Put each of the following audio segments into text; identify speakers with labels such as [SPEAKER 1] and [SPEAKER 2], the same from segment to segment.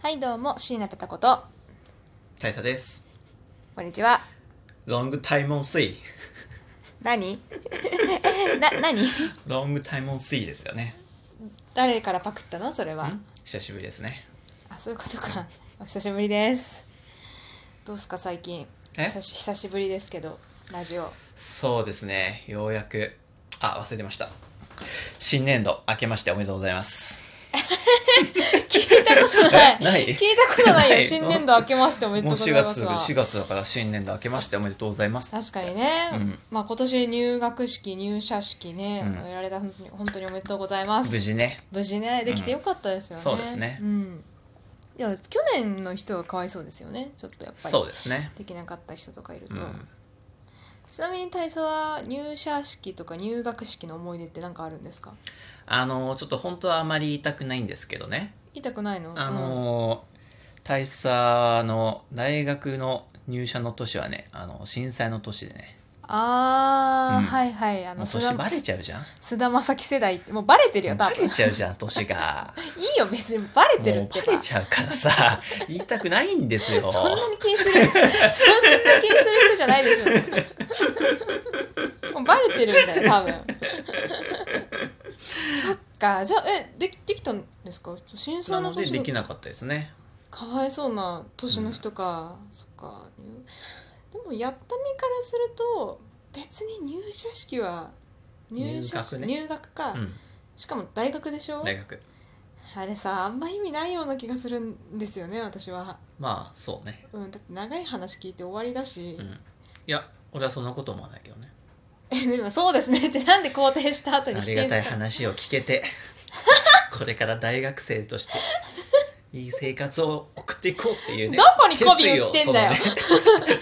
[SPEAKER 1] はいどうも椎名ペタこと
[SPEAKER 2] 大佐です。
[SPEAKER 1] こんにちは
[SPEAKER 2] ロングタイムオンスイ。
[SPEAKER 1] 何 な何
[SPEAKER 2] ロングタイムオンスイですよね。
[SPEAKER 1] 誰からパクったのそれは
[SPEAKER 2] ん久しぶりですね。
[SPEAKER 1] あそういうことかお久しぶりですどうすか最近
[SPEAKER 2] え
[SPEAKER 1] 久し久しぶりですけどラ ジオ
[SPEAKER 2] そうですね。ようやく。あ、忘れてました。新年度明けましておめでとうございます。
[SPEAKER 1] 聞いたことない
[SPEAKER 2] えない
[SPEAKER 1] 聞いたことないよ
[SPEAKER 2] ないの
[SPEAKER 1] 新年度明けましておめで
[SPEAKER 2] も
[SPEAKER 1] と
[SPEAKER 2] う
[SPEAKER 1] うござい
[SPEAKER 2] 4
[SPEAKER 1] ま
[SPEAKER 2] 月
[SPEAKER 1] すわ
[SPEAKER 2] 4月だから新年度明けましておめでとうございます。
[SPEAKER 1] 確かにね、
[SPEAKER 2] うん
[SPEAKER 1] まあ今年入学式入社式ね、
[SPEAKER 2] うん
[SPEAKER 1] やられた本当に本当におめでとうございます
[SPEAKER 2] 無事ね。
[SPEAKER 1] 無事ねできてよかったですよね、
[SPEAKER 2] うんそうですね
[SPEAKER 1] うんいや去年の人がかわいそうですよねちょっとやっぱり
[SPEAKER 2] そうですね。
[SPEAKER 1] できなかった人とかいると、
[SPEAKER 2] うん。
[SPEAKER 1] ちなみに大佐は入社式とか入学式の思い出って何かあるんですか
[SPEAKER 2] あのー、ちょっと本当はあまり言いたくないんですけどね。
[SPEAKER 1] 言いたくないの
[SPEAKER 2] あのー、大佐の大学の入社の年はね、あの震災の年でね、
[SPEAKER 1] うんあー、
[SPEAKER 2] うん
[SPEAKER 1] はいはいあ
[SPEAKER 2] も
[SPEAKER 1] の
[SPEAKER 2] う
[SPEAKER 1] 菅
[SPEAKER 2] 年
[SPEAKER 1] 田
[SPEAKER 2] バレちゃうじゃん。
[SPEAKER 1] 菅田将暉世代ってもうバレてるよ多
[SPEAKER 2] バレ
[SPEAKER 1] 分
[SPEAKER 2] ちゃうじゃん年が
[SPEAKER 1] いいよ別にバレ
[SPEAKER 2] も
[SPEAKER 1] てるっ
[SPEAKER 2] う
[SPEAKER 1] てば
[SPEAKER 2] バレちゃうからさ 言いたくないんですよ
[SPEAKER 1] そんなに気にするそんなに気にする人じゃないでしょもうバレてるんだよ多分そっかじゃあえでできたんですか震
[SPEAKER 2] な
[SPEAKER 1] 災の
[SPEAKER 2] ので
[SPEAKER 1] 年
[SPEAKER 2] で
[SPEAKER 1] だ
[SPEAKER 2] きなかったですね
[SPEAKER 1] かわいそうな年の人か、そっかでもやった身からすると別に入社式は入社式
[SPEAKER 2] 入学ね
[SPEAKER 1] 入学か、
[SPEAKER 2] うん
[SPEAKER 1] しかも大学でしょ
[SPEAKER 2] 大学
[SPEAKER 1] あれさあんま意味ないような気がするんですよね私は、
[SPEAKER 2] まあそうね
[SPEAKER 1] うん、だって長い話聞いて終わりだし、
[SPEAKER 2] うんいや俺はそんなこと思わないけどね
[SPEAKER 1] え でもそうですねってなんで肯定した後に
[SPEAKER 2] あ
[SPEAKER 1] 否
[SPEAKER 2] り
[SPEAKER 1] 定
[SPEAKER 2] がたい
[SPEAKER 1] したの
[SPEAKER 2] 話を聞けて これから大学生としていい生活を送っていこうっていうね
[SPEAKER 1] どこに媚び売ってんだよ
[SPEAKER 2] 決意をそのね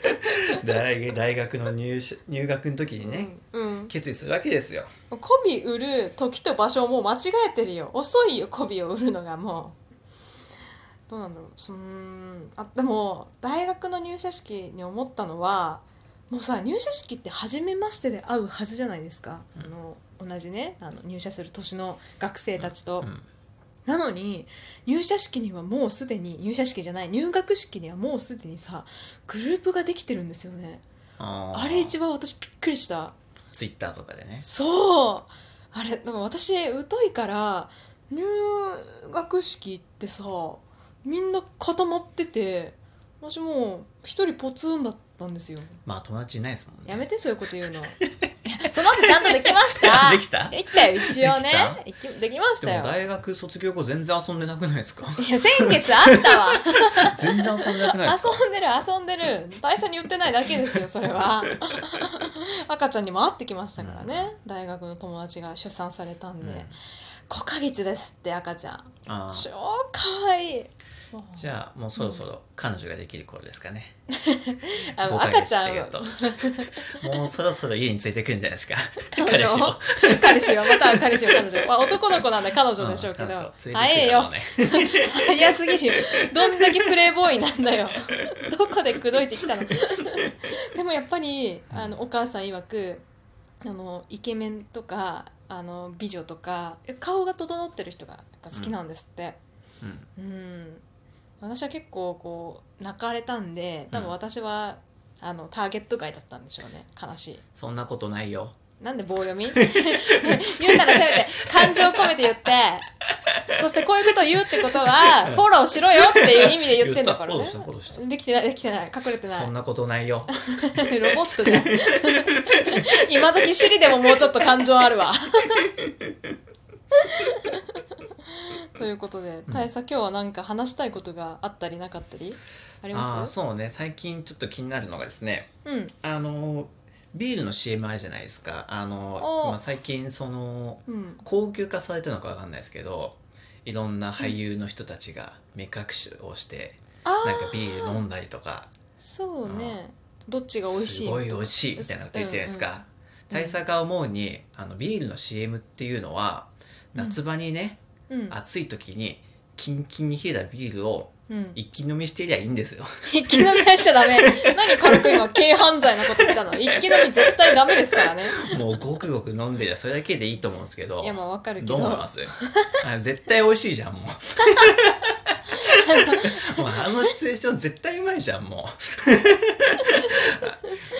[SPEAKER 2] 大大学の入社入学の時にね、
[SPEAKER 1] うん、
[SPEAKER 2] 決意するわけですよ
[SPEAKER 1] うん、媚び売る時と場所をもう間違えてるよ遅いよ媚びを売るのがもうどうなんだろうそんあでも大学の入社式に思ったのはもうさ入社式って初めましてで会うはずじゃないですかその、同じねあの入社する年の学生たちと、
[SPEAKER 2] うん
[SPEAKER 1] なのに入社式にはもうすでに入社式じゃない入学式にはもうすでにさグループができてるんですよね
[SPEAKER 2] あ
[SPEAKER 1] あれ一
[SPEAKER 2] 番
[SPEAKER 1] 番私びっくりした
[SPEAKER 2] ツイッターとかでね
[SPEAKER 1] そうあれなんか私疎いから入学式ってさみんな固まってて私もう一人ポツンだったんですよ
[SPEAKER 2] まあ友達いないですもんね
[SPEAKER 1] やめてそういうこと言うのいや その後ちゃんとできました
[SPEAKER 2] できた
[SPEAKER 1] できたよ一応ねで
[SPEAKER 2] で
[SPEAKER 1] きできました
[SPEAKER 2] でも
[SPEAKER 1] よ
[SPEAKER 2] 大学卒業後全然遊んでなくないですか
[SPEAKER 1] いや先月あったわ
[SPEAKER 2] 全然遊んでなくないですか
[SPEAKER 1] 遊んでる遊んでる大佐に言ってないだけですよそれは 赤ちゃんにも会ってきましたからね、大学の友達が出産されたんで、
[SPEAKER 2] うん
[SPEAKER 1] 5ヶ月ですって赤ちゃん
[SPEAKER 2] あ
[SPEAKER 1] 超
[SPEAKER 2] ー
[SPEAKER 1] 可愛いもう
[SPEAKER 2] じゃあもうそろそろ彼女ができる頃ですかね、
[SPEAKER 1] あの
[SPEAKER 2] 5ヶ月
[SPEAKER 1] 赤ちゃん
[SPEAKER 2] って言うと もうそろそろ家についてくるんじゃないですか
[SPEAKER 1] 彼
[SPEAKER 2] 彼氏
[SPEAKER 1] 女
[SPEAKER 2] を
[SPEAKER 1] を彼氏はまた彼氏を彼女を、まあ、男の子なんで彼女
[SPEAKER 2] うん
[SPEAKER 1] でしょうけど、
[SPEAKER 2] 彼女を連れてくる
[SPEAKER 1] 早え
[SPEAKER 2] だろ
[SPEAKER 1] よ
[SPEAKER 2] うね
[SPEAKER 1] 早すぎるよどんだけプレイボーイなんだよどこで口説いてきたのでもやっぱりあのお母さん曰くあのイケメンとかあの美女とか顔が整ってる人がやっぱ好きなんですって
[SPEAKER 2] うん
[SPEAKER 1] うん、私は結構こう泣かれたんで多分私は、あのターゲット外だったんでしょうね悲しい
[SPEAKER 2] そんなことないよ
[SPEAKER 1] なんで棒 読み ね言うならせめて感情を込めて言ってそしてこういうことを言うってことはフォローしろよっていう意味で言ってんだからね
[SPEAKER 2] 言ったフォローしたフォロー
[SPEAKER 1] できてないできてない隠れて
[SPEAKER 2] した
[SPEAKER 1] ない
[SPEAKER 2] そん
[SPEAKER 1] ロ
[SPEAKER 2] なことない よ
[SPEAKER 1] ボットじゃん今時趣里でももうちょっと感情あるわ ということで
[SPEAKER 2] うん
[SPEAKER 1] 大佐今日は何か話したいことがあったりなかったりあり
[SPEAKER 2] ああ
[SPEAKER 1] ます
[SPEAKER 2] そうね最近ちょっと気になるのがですね
[SPEAKER 1] うん
[SPEAKER 2] あのビールの CM あるじゃないですかあの
[SPEAKER 1] おー
[SPEAKER 2] 今最近その
[SPEAKER 1] うん
[SPEAKER 2] 高級化されたのかわかんないですけどいろんな俳優の人たちが目隠しをして、
[SPEAKER 1] あ
[SPEAKER 2] なんか
[SPEAKER 1] あ
[SPEAKER 2] ビール飲んだりとか
[SPEAKER 1] そうねどっちが美味しい
[SPEAKER 2] すごい美味
[SPEAKER 1] しい
[SPEAKER 2] しいみたいなこと言ってるじゃないですか、
[SPEAKER 1] うんうん
[SPEAKER 2] 大佐が思うにあのビールの CM っていうのは
[SPEAKER 1] うん
[SPEAKER 2] 夏場にね、
[SPEAKER 1] うん
[SPEAKER 2] 暑い時にキンキンに冷えたビールを
[SPEAKER 1] うん
[SPEAKER 2] 一気飲みしてりゃいいんですよ
[SPEAKER 1] 一気飲み はしちゃダメ。何軽く今、軽犯罪のこと言ったの一気飲み絶対ダメですからね。
[SPEAKER 2] もうごくごく飲んでりゃそれだけでいいと思うんですけど
[SPEAKER 1] いや、まあわかるけ
[SPEAKER 2] どう思い
[SPEAKER 1] ど
[SPEAKER 2] ま。すあ絶対美味しいじゃんもうもうあのシチュエーション絶対うまいじゃんもう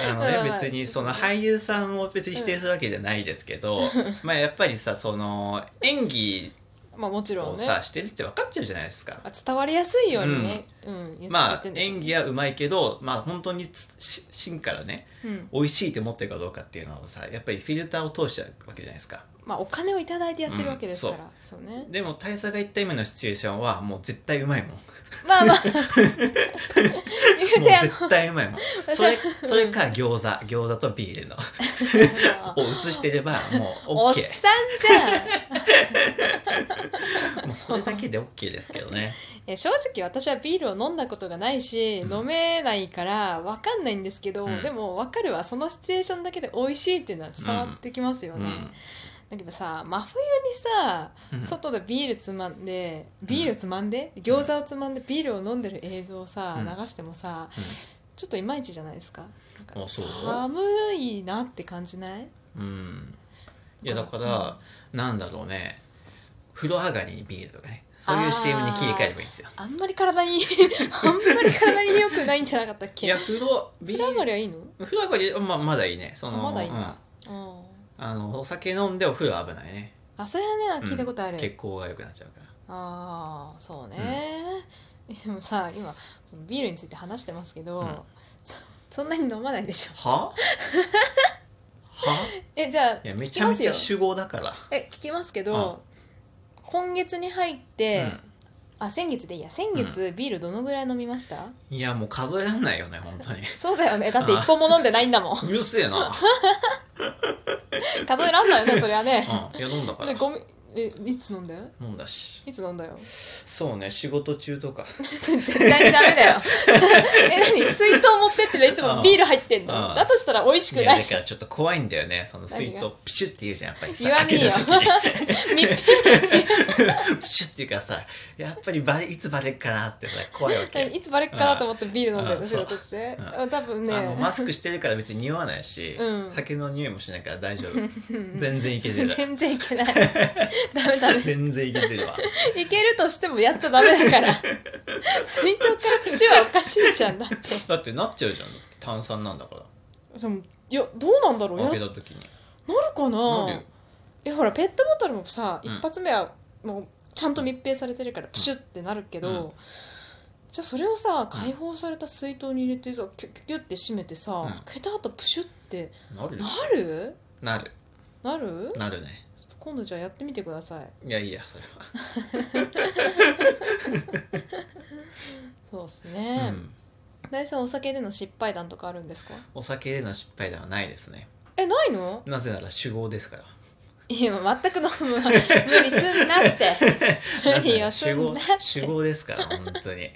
[SPEAKER 2] あの
[SPEAKER 1] うん
[SPEAKER 2] ね別にその俳優さんを別に否定するわけじゃないですけど、まあやっぱりさその演技
[SPEAKER 1] まあもちろ
[SPEAKER 2] を
[SPEAKER 1] んね
[SPEAKER 2] さしてるって分かっちゃうじゃないですか
[SPEAKER 1] まあ伝わりやすいようにね、うん言っ言
[SPEAKER 2] ま
[SPEAKER 1] っ
[SPEAKER 2] あ
[SPEAKER 1] てんでしょう
[SPEAKER 2] 演
[SPEAKER 1] ね
[SPEAKER 2] 技はうまいけどまあ本当につし芯からね
[SPEAKER 1] うん
[SPEAKER 2] 美味しいって思ってるかどうかっていうのをさやっぱりフィルターを通しちゃうわけじゃないですか
[SPEAKER 1] まあお金をいただいてやってるわけですから、そうね
[SPEAKER 2] でも大佐が言った今のシチュエーションはもう絶対うまいもん
[SPEAKER 1] まあまあ言う
[SPEAKER 2] もう
[SPEAKER 1] てあの
[SPEAKER 2] 絶対うまいもん
[SPEAKER 1] 私
[SPEAKER 2] そ
[SPEAKER 1] は
[SPEAKER 2] れそれか餃子餃子とビールのを映してればも
[SPEAKER 1] お
[SPEAKER 2] う
[SPEAKER 1] っさん
[SPEAKER 2] OK
[SPEAKER 1] じゃん
[SPEAKER 2] もうそれだけで OK ですけどね
[SPEAKER 1] え正直私はビールを飲んだことがないし、
[SPEAKER 2] うん
[SPEAKER 1] 飲めないから分かんないんですけど、
[SPEAKER 2] うん
[SPEAKER 1] でも分かるわそのシチュエーションだけで美味しいっていうのは伝わってきますよ
[SPEAKER 2] う
[SPEAKER 1] ね、
[SPEAKER 2] ん
[SPEAKER 1] だけどさ真冬にさ
[SPEAKER 2] うん
[SPEAKER 1] 外でビールつまんでビールつまんで餃子をつまんでビールを飲んでる映像をさ、
[SPEAKER 2] うん
[SPEAKER 1] 流してもさ、
[SPEAKER 2] うん
[SPEAKER 1] ちょっといまいちじゃないですかなんか
[SPEAKER 2] あそう
[SPEAKER 1] 寒いなって感じない
[SPEAKER 2] うんいやだから、なんだろうね風呂上がりにビールとかねそういう CM に切り替えればいいんですよ
[SPEAKER 1] あんまり体に あんまり体に良くないんじゃなかったっ
[SPEAKER 2] い
[SPEAKER 1] け
[SPEAKER 2] や風呂ビ
[SPEAKER 1] 風呂上
[SPEAKER 2] ー
[SPEAKER 1] がり
[SPEAKER 2] ル
[SPEAKER 1] はいいの
[SPEAKER 2] 風呂上がりはままだいいねその
[SPEAKER 1] まだいいん
[SPEAKER 2] うん
[SPEAKER 1] だ、うん
[SPEAKER 2] あのお酒飲んでお風呂は危ないね
[SPEAKER 1] あそれはねなんか聞いたことある、
[SPEAKER 2] 血行が良くなっちゃうから
[SPEAKER 1] ああそうね、 でもさ今ビールについて話してますけど、
[SPEAKER 2] うん
[SPEAKER 1] そ そんなに飲まないでしょ
[SPEAKER 2] はは
[SPEAKER 1] えじゃあ
[SPEAKER 2] いや
[SPEAKER 1] 聞
[SPEAKER 2] め
[SPEAKER 1] き
[SPEAKER 2] ちゃ
[SPEAKER 1] ま
[SPEAKER 2] め
[SPEAKER 1] す
[SPEAKER 2] ち
[SPEAKER 1] よ
[SPEAKER 2] ゃ主語だから
[SPEAKER 1] え聞きますけど、今月に入って、
[SPEAKER 2] うん
[SPEAKER 1] あ先月でいいや先月ビールどのぐらい飲みました、
[SPEAKER 2] いやもう数えられないよね本当に
[SPEAKER 1] そうだよねだって一本も飲んでないんだもん
[SPEAKER 2] うるせ えな、
[SPEAKER 1] 数えらんないよねそりゃね、
[SPEAKER 2] うん、いや飲んだから
[SPEAKER 1] でゴミえいつ飲んだよ
[SPEAKER 2] 飲んだし
[SPEAKER 1] いつ飲んだ よ
[SPEAKER 2] そうね仕事中とか
[SPEAKER 1] 絶対にダメだ よえ何水筒持ってってるいつもビール入ってんの
[SPEAKER 2] うん
[SPEAKER 1] だとしたら美味し
[SPEAKER 2] い
[SPEAKER 1] く
[SPEAKER 2] や
[SPEAKER 1] ない
[SPEAKER 2] だ
[SPEAKER 1] し
[SPEAKER 2] からちょっと怖いんだよねその水
[SPEAKER 1] 何
[SPEAKER 2] 筒
[SPEAKER 1] が
[SPEAKER 2] プシュって言うじゃんやっぱりさ
[SPEAKER 1] 言わねえよ
[SPEAKER 2] 開けた
[SPEAKER 1] 密
[SPEAKER 2] 時に プシュっていうからさやっぱりバレいつバレるかなってさ怖いわけ、
[SPEAKER 1] え いつバレっかなと思ってビール飲んでる
[SPEAKER 2] う
[SPEAKER 1] の
[SPEAKER 2] ん
[SPEAKER 1] 仕事して
[SPEAKER 2] そう
[SPEAKER 1] あ多分ね
[SPEAKER 2] あのマスクしてるから別に匂わないし、
[SPEAKER 1] うん
[SPEAKER 2] 酒の匂いもしないから大丈 夫
[SPEAKER 1] うん
[SPEAKER 2] 全然いけてる
[SPEAKER 1] 全然いけない ダメダメ
[SPEAKER 2] 全然いけてるわ
[SPEAKER 1] いけるとしてもやっちゃダメだ から水筒からプシュはおかしいじゃんだって
[SPEAKER 2] だってなっちゃうじゃん炭酸なんだから
[SPEAKER 1] でもいやどうなんだろうやな
[SPEAKER 2] 開け
[SPEAKER 1] る
[SPEAKER 2] た時に
[SPEAKER 1] か
[SPEAKER 2] な
[SPEAKER 1] な
[SPEAKER 2] るよ
[SPEAKER 1] えほらペットボトルもさ
[SPEAKER 2] う
[SPEAKER 1] 一
[SPEAKER 2] ん
[SPEAKER 1] 発目はもうちゃんと密閉されてるからプシュってなるけど、
[SPEAKER 2] うん
[SPEAKER 1] じゃあそれをさ解放された水筒に入れてさキュッキュッキュッって閉めてさ、
[SPEAKER 2] うん
[SPEAKER 1] 開けた後プシュって
[SPEAKER 2] なるよ
[SPEAKER 1] なる
[SPEAKER 2] なる
[SPEAKER 1] なる
[SPEAKER 2] なるね
[SPEAKER 1] ちょっと今度じゃあやってみてください
[SPEAKER 2] いやいやそれは
[SPEAKER 1] そうっすね、
[SPEAKER 2] うん、
[SPEAKER 1] 大さんお酒での失敗談とかあるんですか
[SPEAKER 2] お酒での失敗ではないですね
[SPEAKER 1] えないの
[SPEAKER 2] なぜなら酒豪ですから
[SPEAKER 1] いや全く飲むわ無理すんなって
[SPEAKER 2] な
[SPEAKER 1] 無
[SPEAKER 2] ぜ
[SPEAKER 1] 理
[SPEAKER 2] な
[SPEAKER 1] を
[SPEAKER 2] ら
[SPEAKER 1] す
[SPEAKER 2] 酒
[SPEAKER 1] ん
[SPEAKER 2] 豪
[SPEAKER 1] なっ
[SPEAKER 2] 酒
[SPEAKER 1] て
[SPEAKER 2] 豪ですから本当に、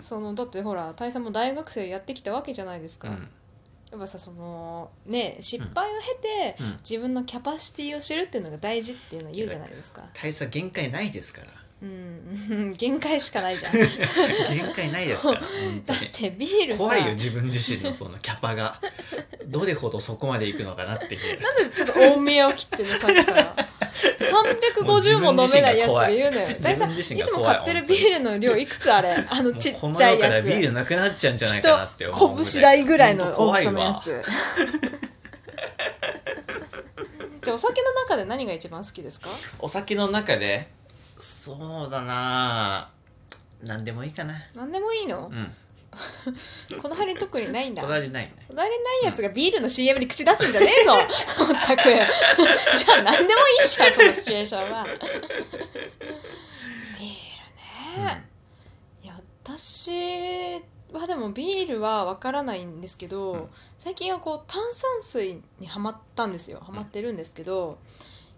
[SPEAKER 1] そのだってほら大佐も大学生やってきたわけじゃないです
[SPEAKER 2] う
[SPEAKER 1] か、
[SPEAKER 2] ん
[SPEAKER 1] やっぱさそのね失敗を経て、
[SPEAKER 2] うん、
[SPEAKER 1] 自分のキャパシティを知るっていうのが大事っていうのは言うじゃないですか
[SPEAKER 2] 大差限界ないですから
[SPEAKER 1] うんうん限界しかない じゃん
[SPEAKER 2] 限界ないですから本当
[SPEAKER 1] だっ
[SPEAKER 2] に
[SPEAKER 1] てビールさ
[SPEAKER 2] 怖いよ自分自身のそのキャパがどれほどそこまでいくのかなっていう
[SPEAKER 1] なんでちょっと多めを切ってんのさっきから350も飲めないやつで言うのよ
[SPEAKER 2] 自
[SPEAKER 1] 大さ
[SPEAKER 2] 分
[SPEAKER 1] んい
[SPEAKER 2] 自
[SPEAKER 1] つ
[SPEAKER 2] 身が
[SPEAKER 1] も
[SPEAKER 2] 怖い
[SPEAKER 1] 買ってるビールの量いくつあれあの
[SPEAKER 2] もう
[SPEAKER 1] ち
[SPEAKER 2] こ
[SPEAKER 1] っ
[SPEAKER 2] の
[SPEAKER 1] ちゃ
[SPEAKER 2] 世
[SPEAKER 1] い
[SPEAKER 2] から
[SPEAKER 1] や
[SPEAKER 2] ビー
[SPEAKER 1] つ
[SPEAKER 2] ルなくなっちゃうんじゃないかなって思う
[SPEAKER 1] と拳大ぐらいの
[SPEAKER 2] 本当
[SPEAKER 1] 大
[SPEAKER 2] 怖
[SPEAKER 1] き
[SPEAKER 2] い
[SPEAKER 1] さ
[SPEAKER 2] わ
[SPEAKER 1] のや つじゃあお酒の中で何が一番好きですか
[SPEAKER 2] お酒の中でそうだなぁ何でもいいかな
[SPEAKER 1] 何でもいいの
[SPEAKER 2] うん
[SPEAKER 1] この針特にないんだ
[SPEAKER 2] こだわりないね
[SPEAKER 1] おだれないやつがビールの CM に口出すんじゃねえぞ全 くじゃあ何でもいいじゃんそのシチュエーションはビールね、いや私はでもビールはわからないんですけど、
[SPEAKER 2] うん
[SPEAKER 1] 最近はこう炭酸水にはまったんですよはまってるんですけど、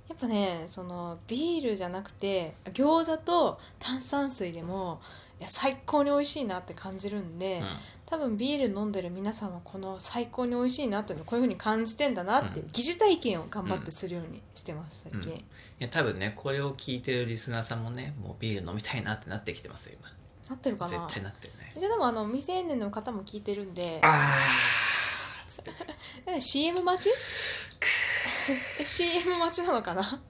[SPEAKER 1] やっぱねそのビールじゃなくて餃子と炭酸水でもいや最高に美味しいなって感じるんで、
[SPEAKER 2] うんうん
[SPEAKER 1] 多分ビール飲んでる皆さんはこの最高に美味しいなっていうのをこういうふうに感じてんだなっていう
[SPEAKER 2] うん
[SPEAKER 1] 疑似体験を頑張ってするようにしてます最近、
[SPEAKER 2] うんいや多分ねこれを聞いてるリスナーさんもねもうビール飲みたいなってなってきてますよ
[SPEAKER 1] なってるか
[SPEAKER 2] 今
[SPEAKER 1] な
[SPEAKER 2] 絶対なってるね
[SPEAKER 1] じゃあでもあの未成年の方も聞いてるんで
[SPEAKER 2] あーつって
[SPEAKER 1] え CM 待ちえ CM 待ちなのかな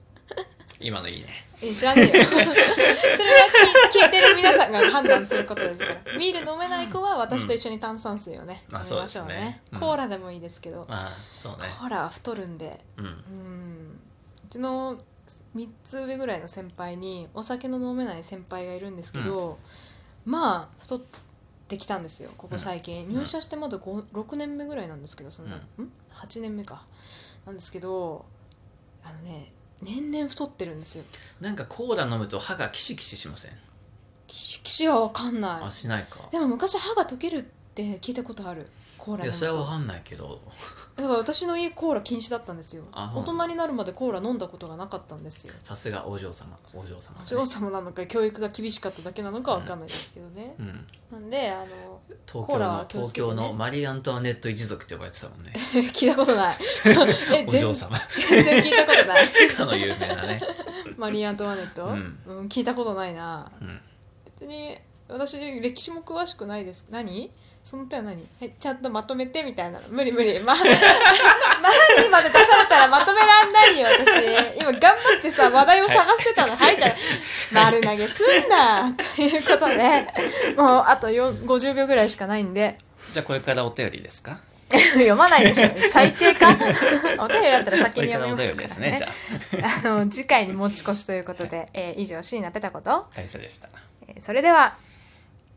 [SPEAKER 2] 今のいいね
[SPEAKER 1] え知らねえよ それは聞聞いてる皆さんが判断することですからビール飲めない子は私と一緒に炭酸水をね、
[SPEAKER 2] まあ
[SPEAKER 1] 飲みましょうね,、
[SPEAKER 2] そうですねうん
[SPEAKER 1] コーラでもいいですけど、
[SPEAKER 2] まあそうね
[SPEAKER 1] コーラは太るんで
[SPEAKER 2] うん
[SPEAKER 1] うんうちの3つ上ぐらいの先輩にお酒の飲めない先輩がいるんですけど、まあ太ってきたんですよここ最近、
[SPEAKER 2] うん
[SPEAKER 1] 入社してまだ5 6年目ぐらいなんですけどそんな、ん、8年目かなんですけどあのね年々太ってるんですよ
[SPEAKER 2] なんかコーラ飲むと歯がキシキシしません
[SPEAKER 1] キシキシは分かんな
[SPEAKER 2] あしないか
[SPEAKER 1] いでも昔歯が溶けるって聞いたことあるコーラ飲
[SPEAKER 2] いや
[SPEAKER 1] む
[SPEAKER 2] それは分
[SPEAKER 1] と
[SPEAKER 2] かんないけど
[SPEAKER 1] だから私の家コーラ禁止だったんですよ
[SPEAKER 2] あ
[SPEAKER 1] 大人になるまでコーラ飲んだことがなかったんですよ
[SPEAKER 2] さすがお嬢様お嬢様、ね、
[SPEAKER 1] お嬢様なのか教育が厳しかっただけなのかわかんないですけどね、
[SPEAKER 2] うん
[SPEAKER 1] なんであの
[SPEAKER 2] 東
[SPEAKER 1] コ
[SPEAKER 2] 京
[SPEAKER 1] ーラは
[SPEAKER 2] の
[SPEAKER 1] 気をつ
[SPEAKER 2] 東
[SPEAKER 1] けてね
[SPEAKER 2] 京のマリー・アントワネット一族って呼ばれてたもんね
[SPEAKER 1] 聞いたことない え
[SPEAKER 2] お
[SPEAKER 1] 全
[SPEAKER 2] 嬢様
[SPEAKER 1] 全然聞いたことない
[SPEAKER 2] かの有名なね
[SPEAKER 1] マリー・アントワネット、
[SPEAKER 2] うん
[SPEAKER 1] うん聞いたことないな
[SPEAKER 2] うん
[SPEAKER 1] 別に私歴史も詳しくないです何その手は何えちゃんとまとめてみたいな無理無理まマリまで出されたらまとめらんないよ私今頑張ってさ話題を探してたのはいじゃあ丸投げすんなということでもうあとよ50秒ぐらいしかないんで
[SPEAKER 2] じゃあこれからお便りですか
[SPEAKER 1] 読まないでしょ最低かお便りだったら
[SPEAKER 2] こ
[SPEAKER 1] 先に
[SPEAKER 2] れ
[SPEAKER 1] 読
[SPEAKER 2] から
[SPEAKER 1] み
[SPEAKER 2] お
[SPEAKER 1] ますか
[SPEAKER 2] 便りで
[SPEAKER 1] ら
[SPEAKER 2] すね
[SPEAKER 1] ね
[SPEAKER 2] じゃあ
[SPEAKER 1] あの次回に持ち越しということで、えー以上椎名ペタこと、
[SPEAKER 2] 大佐でした
[SPEAKER 1] えーそれでは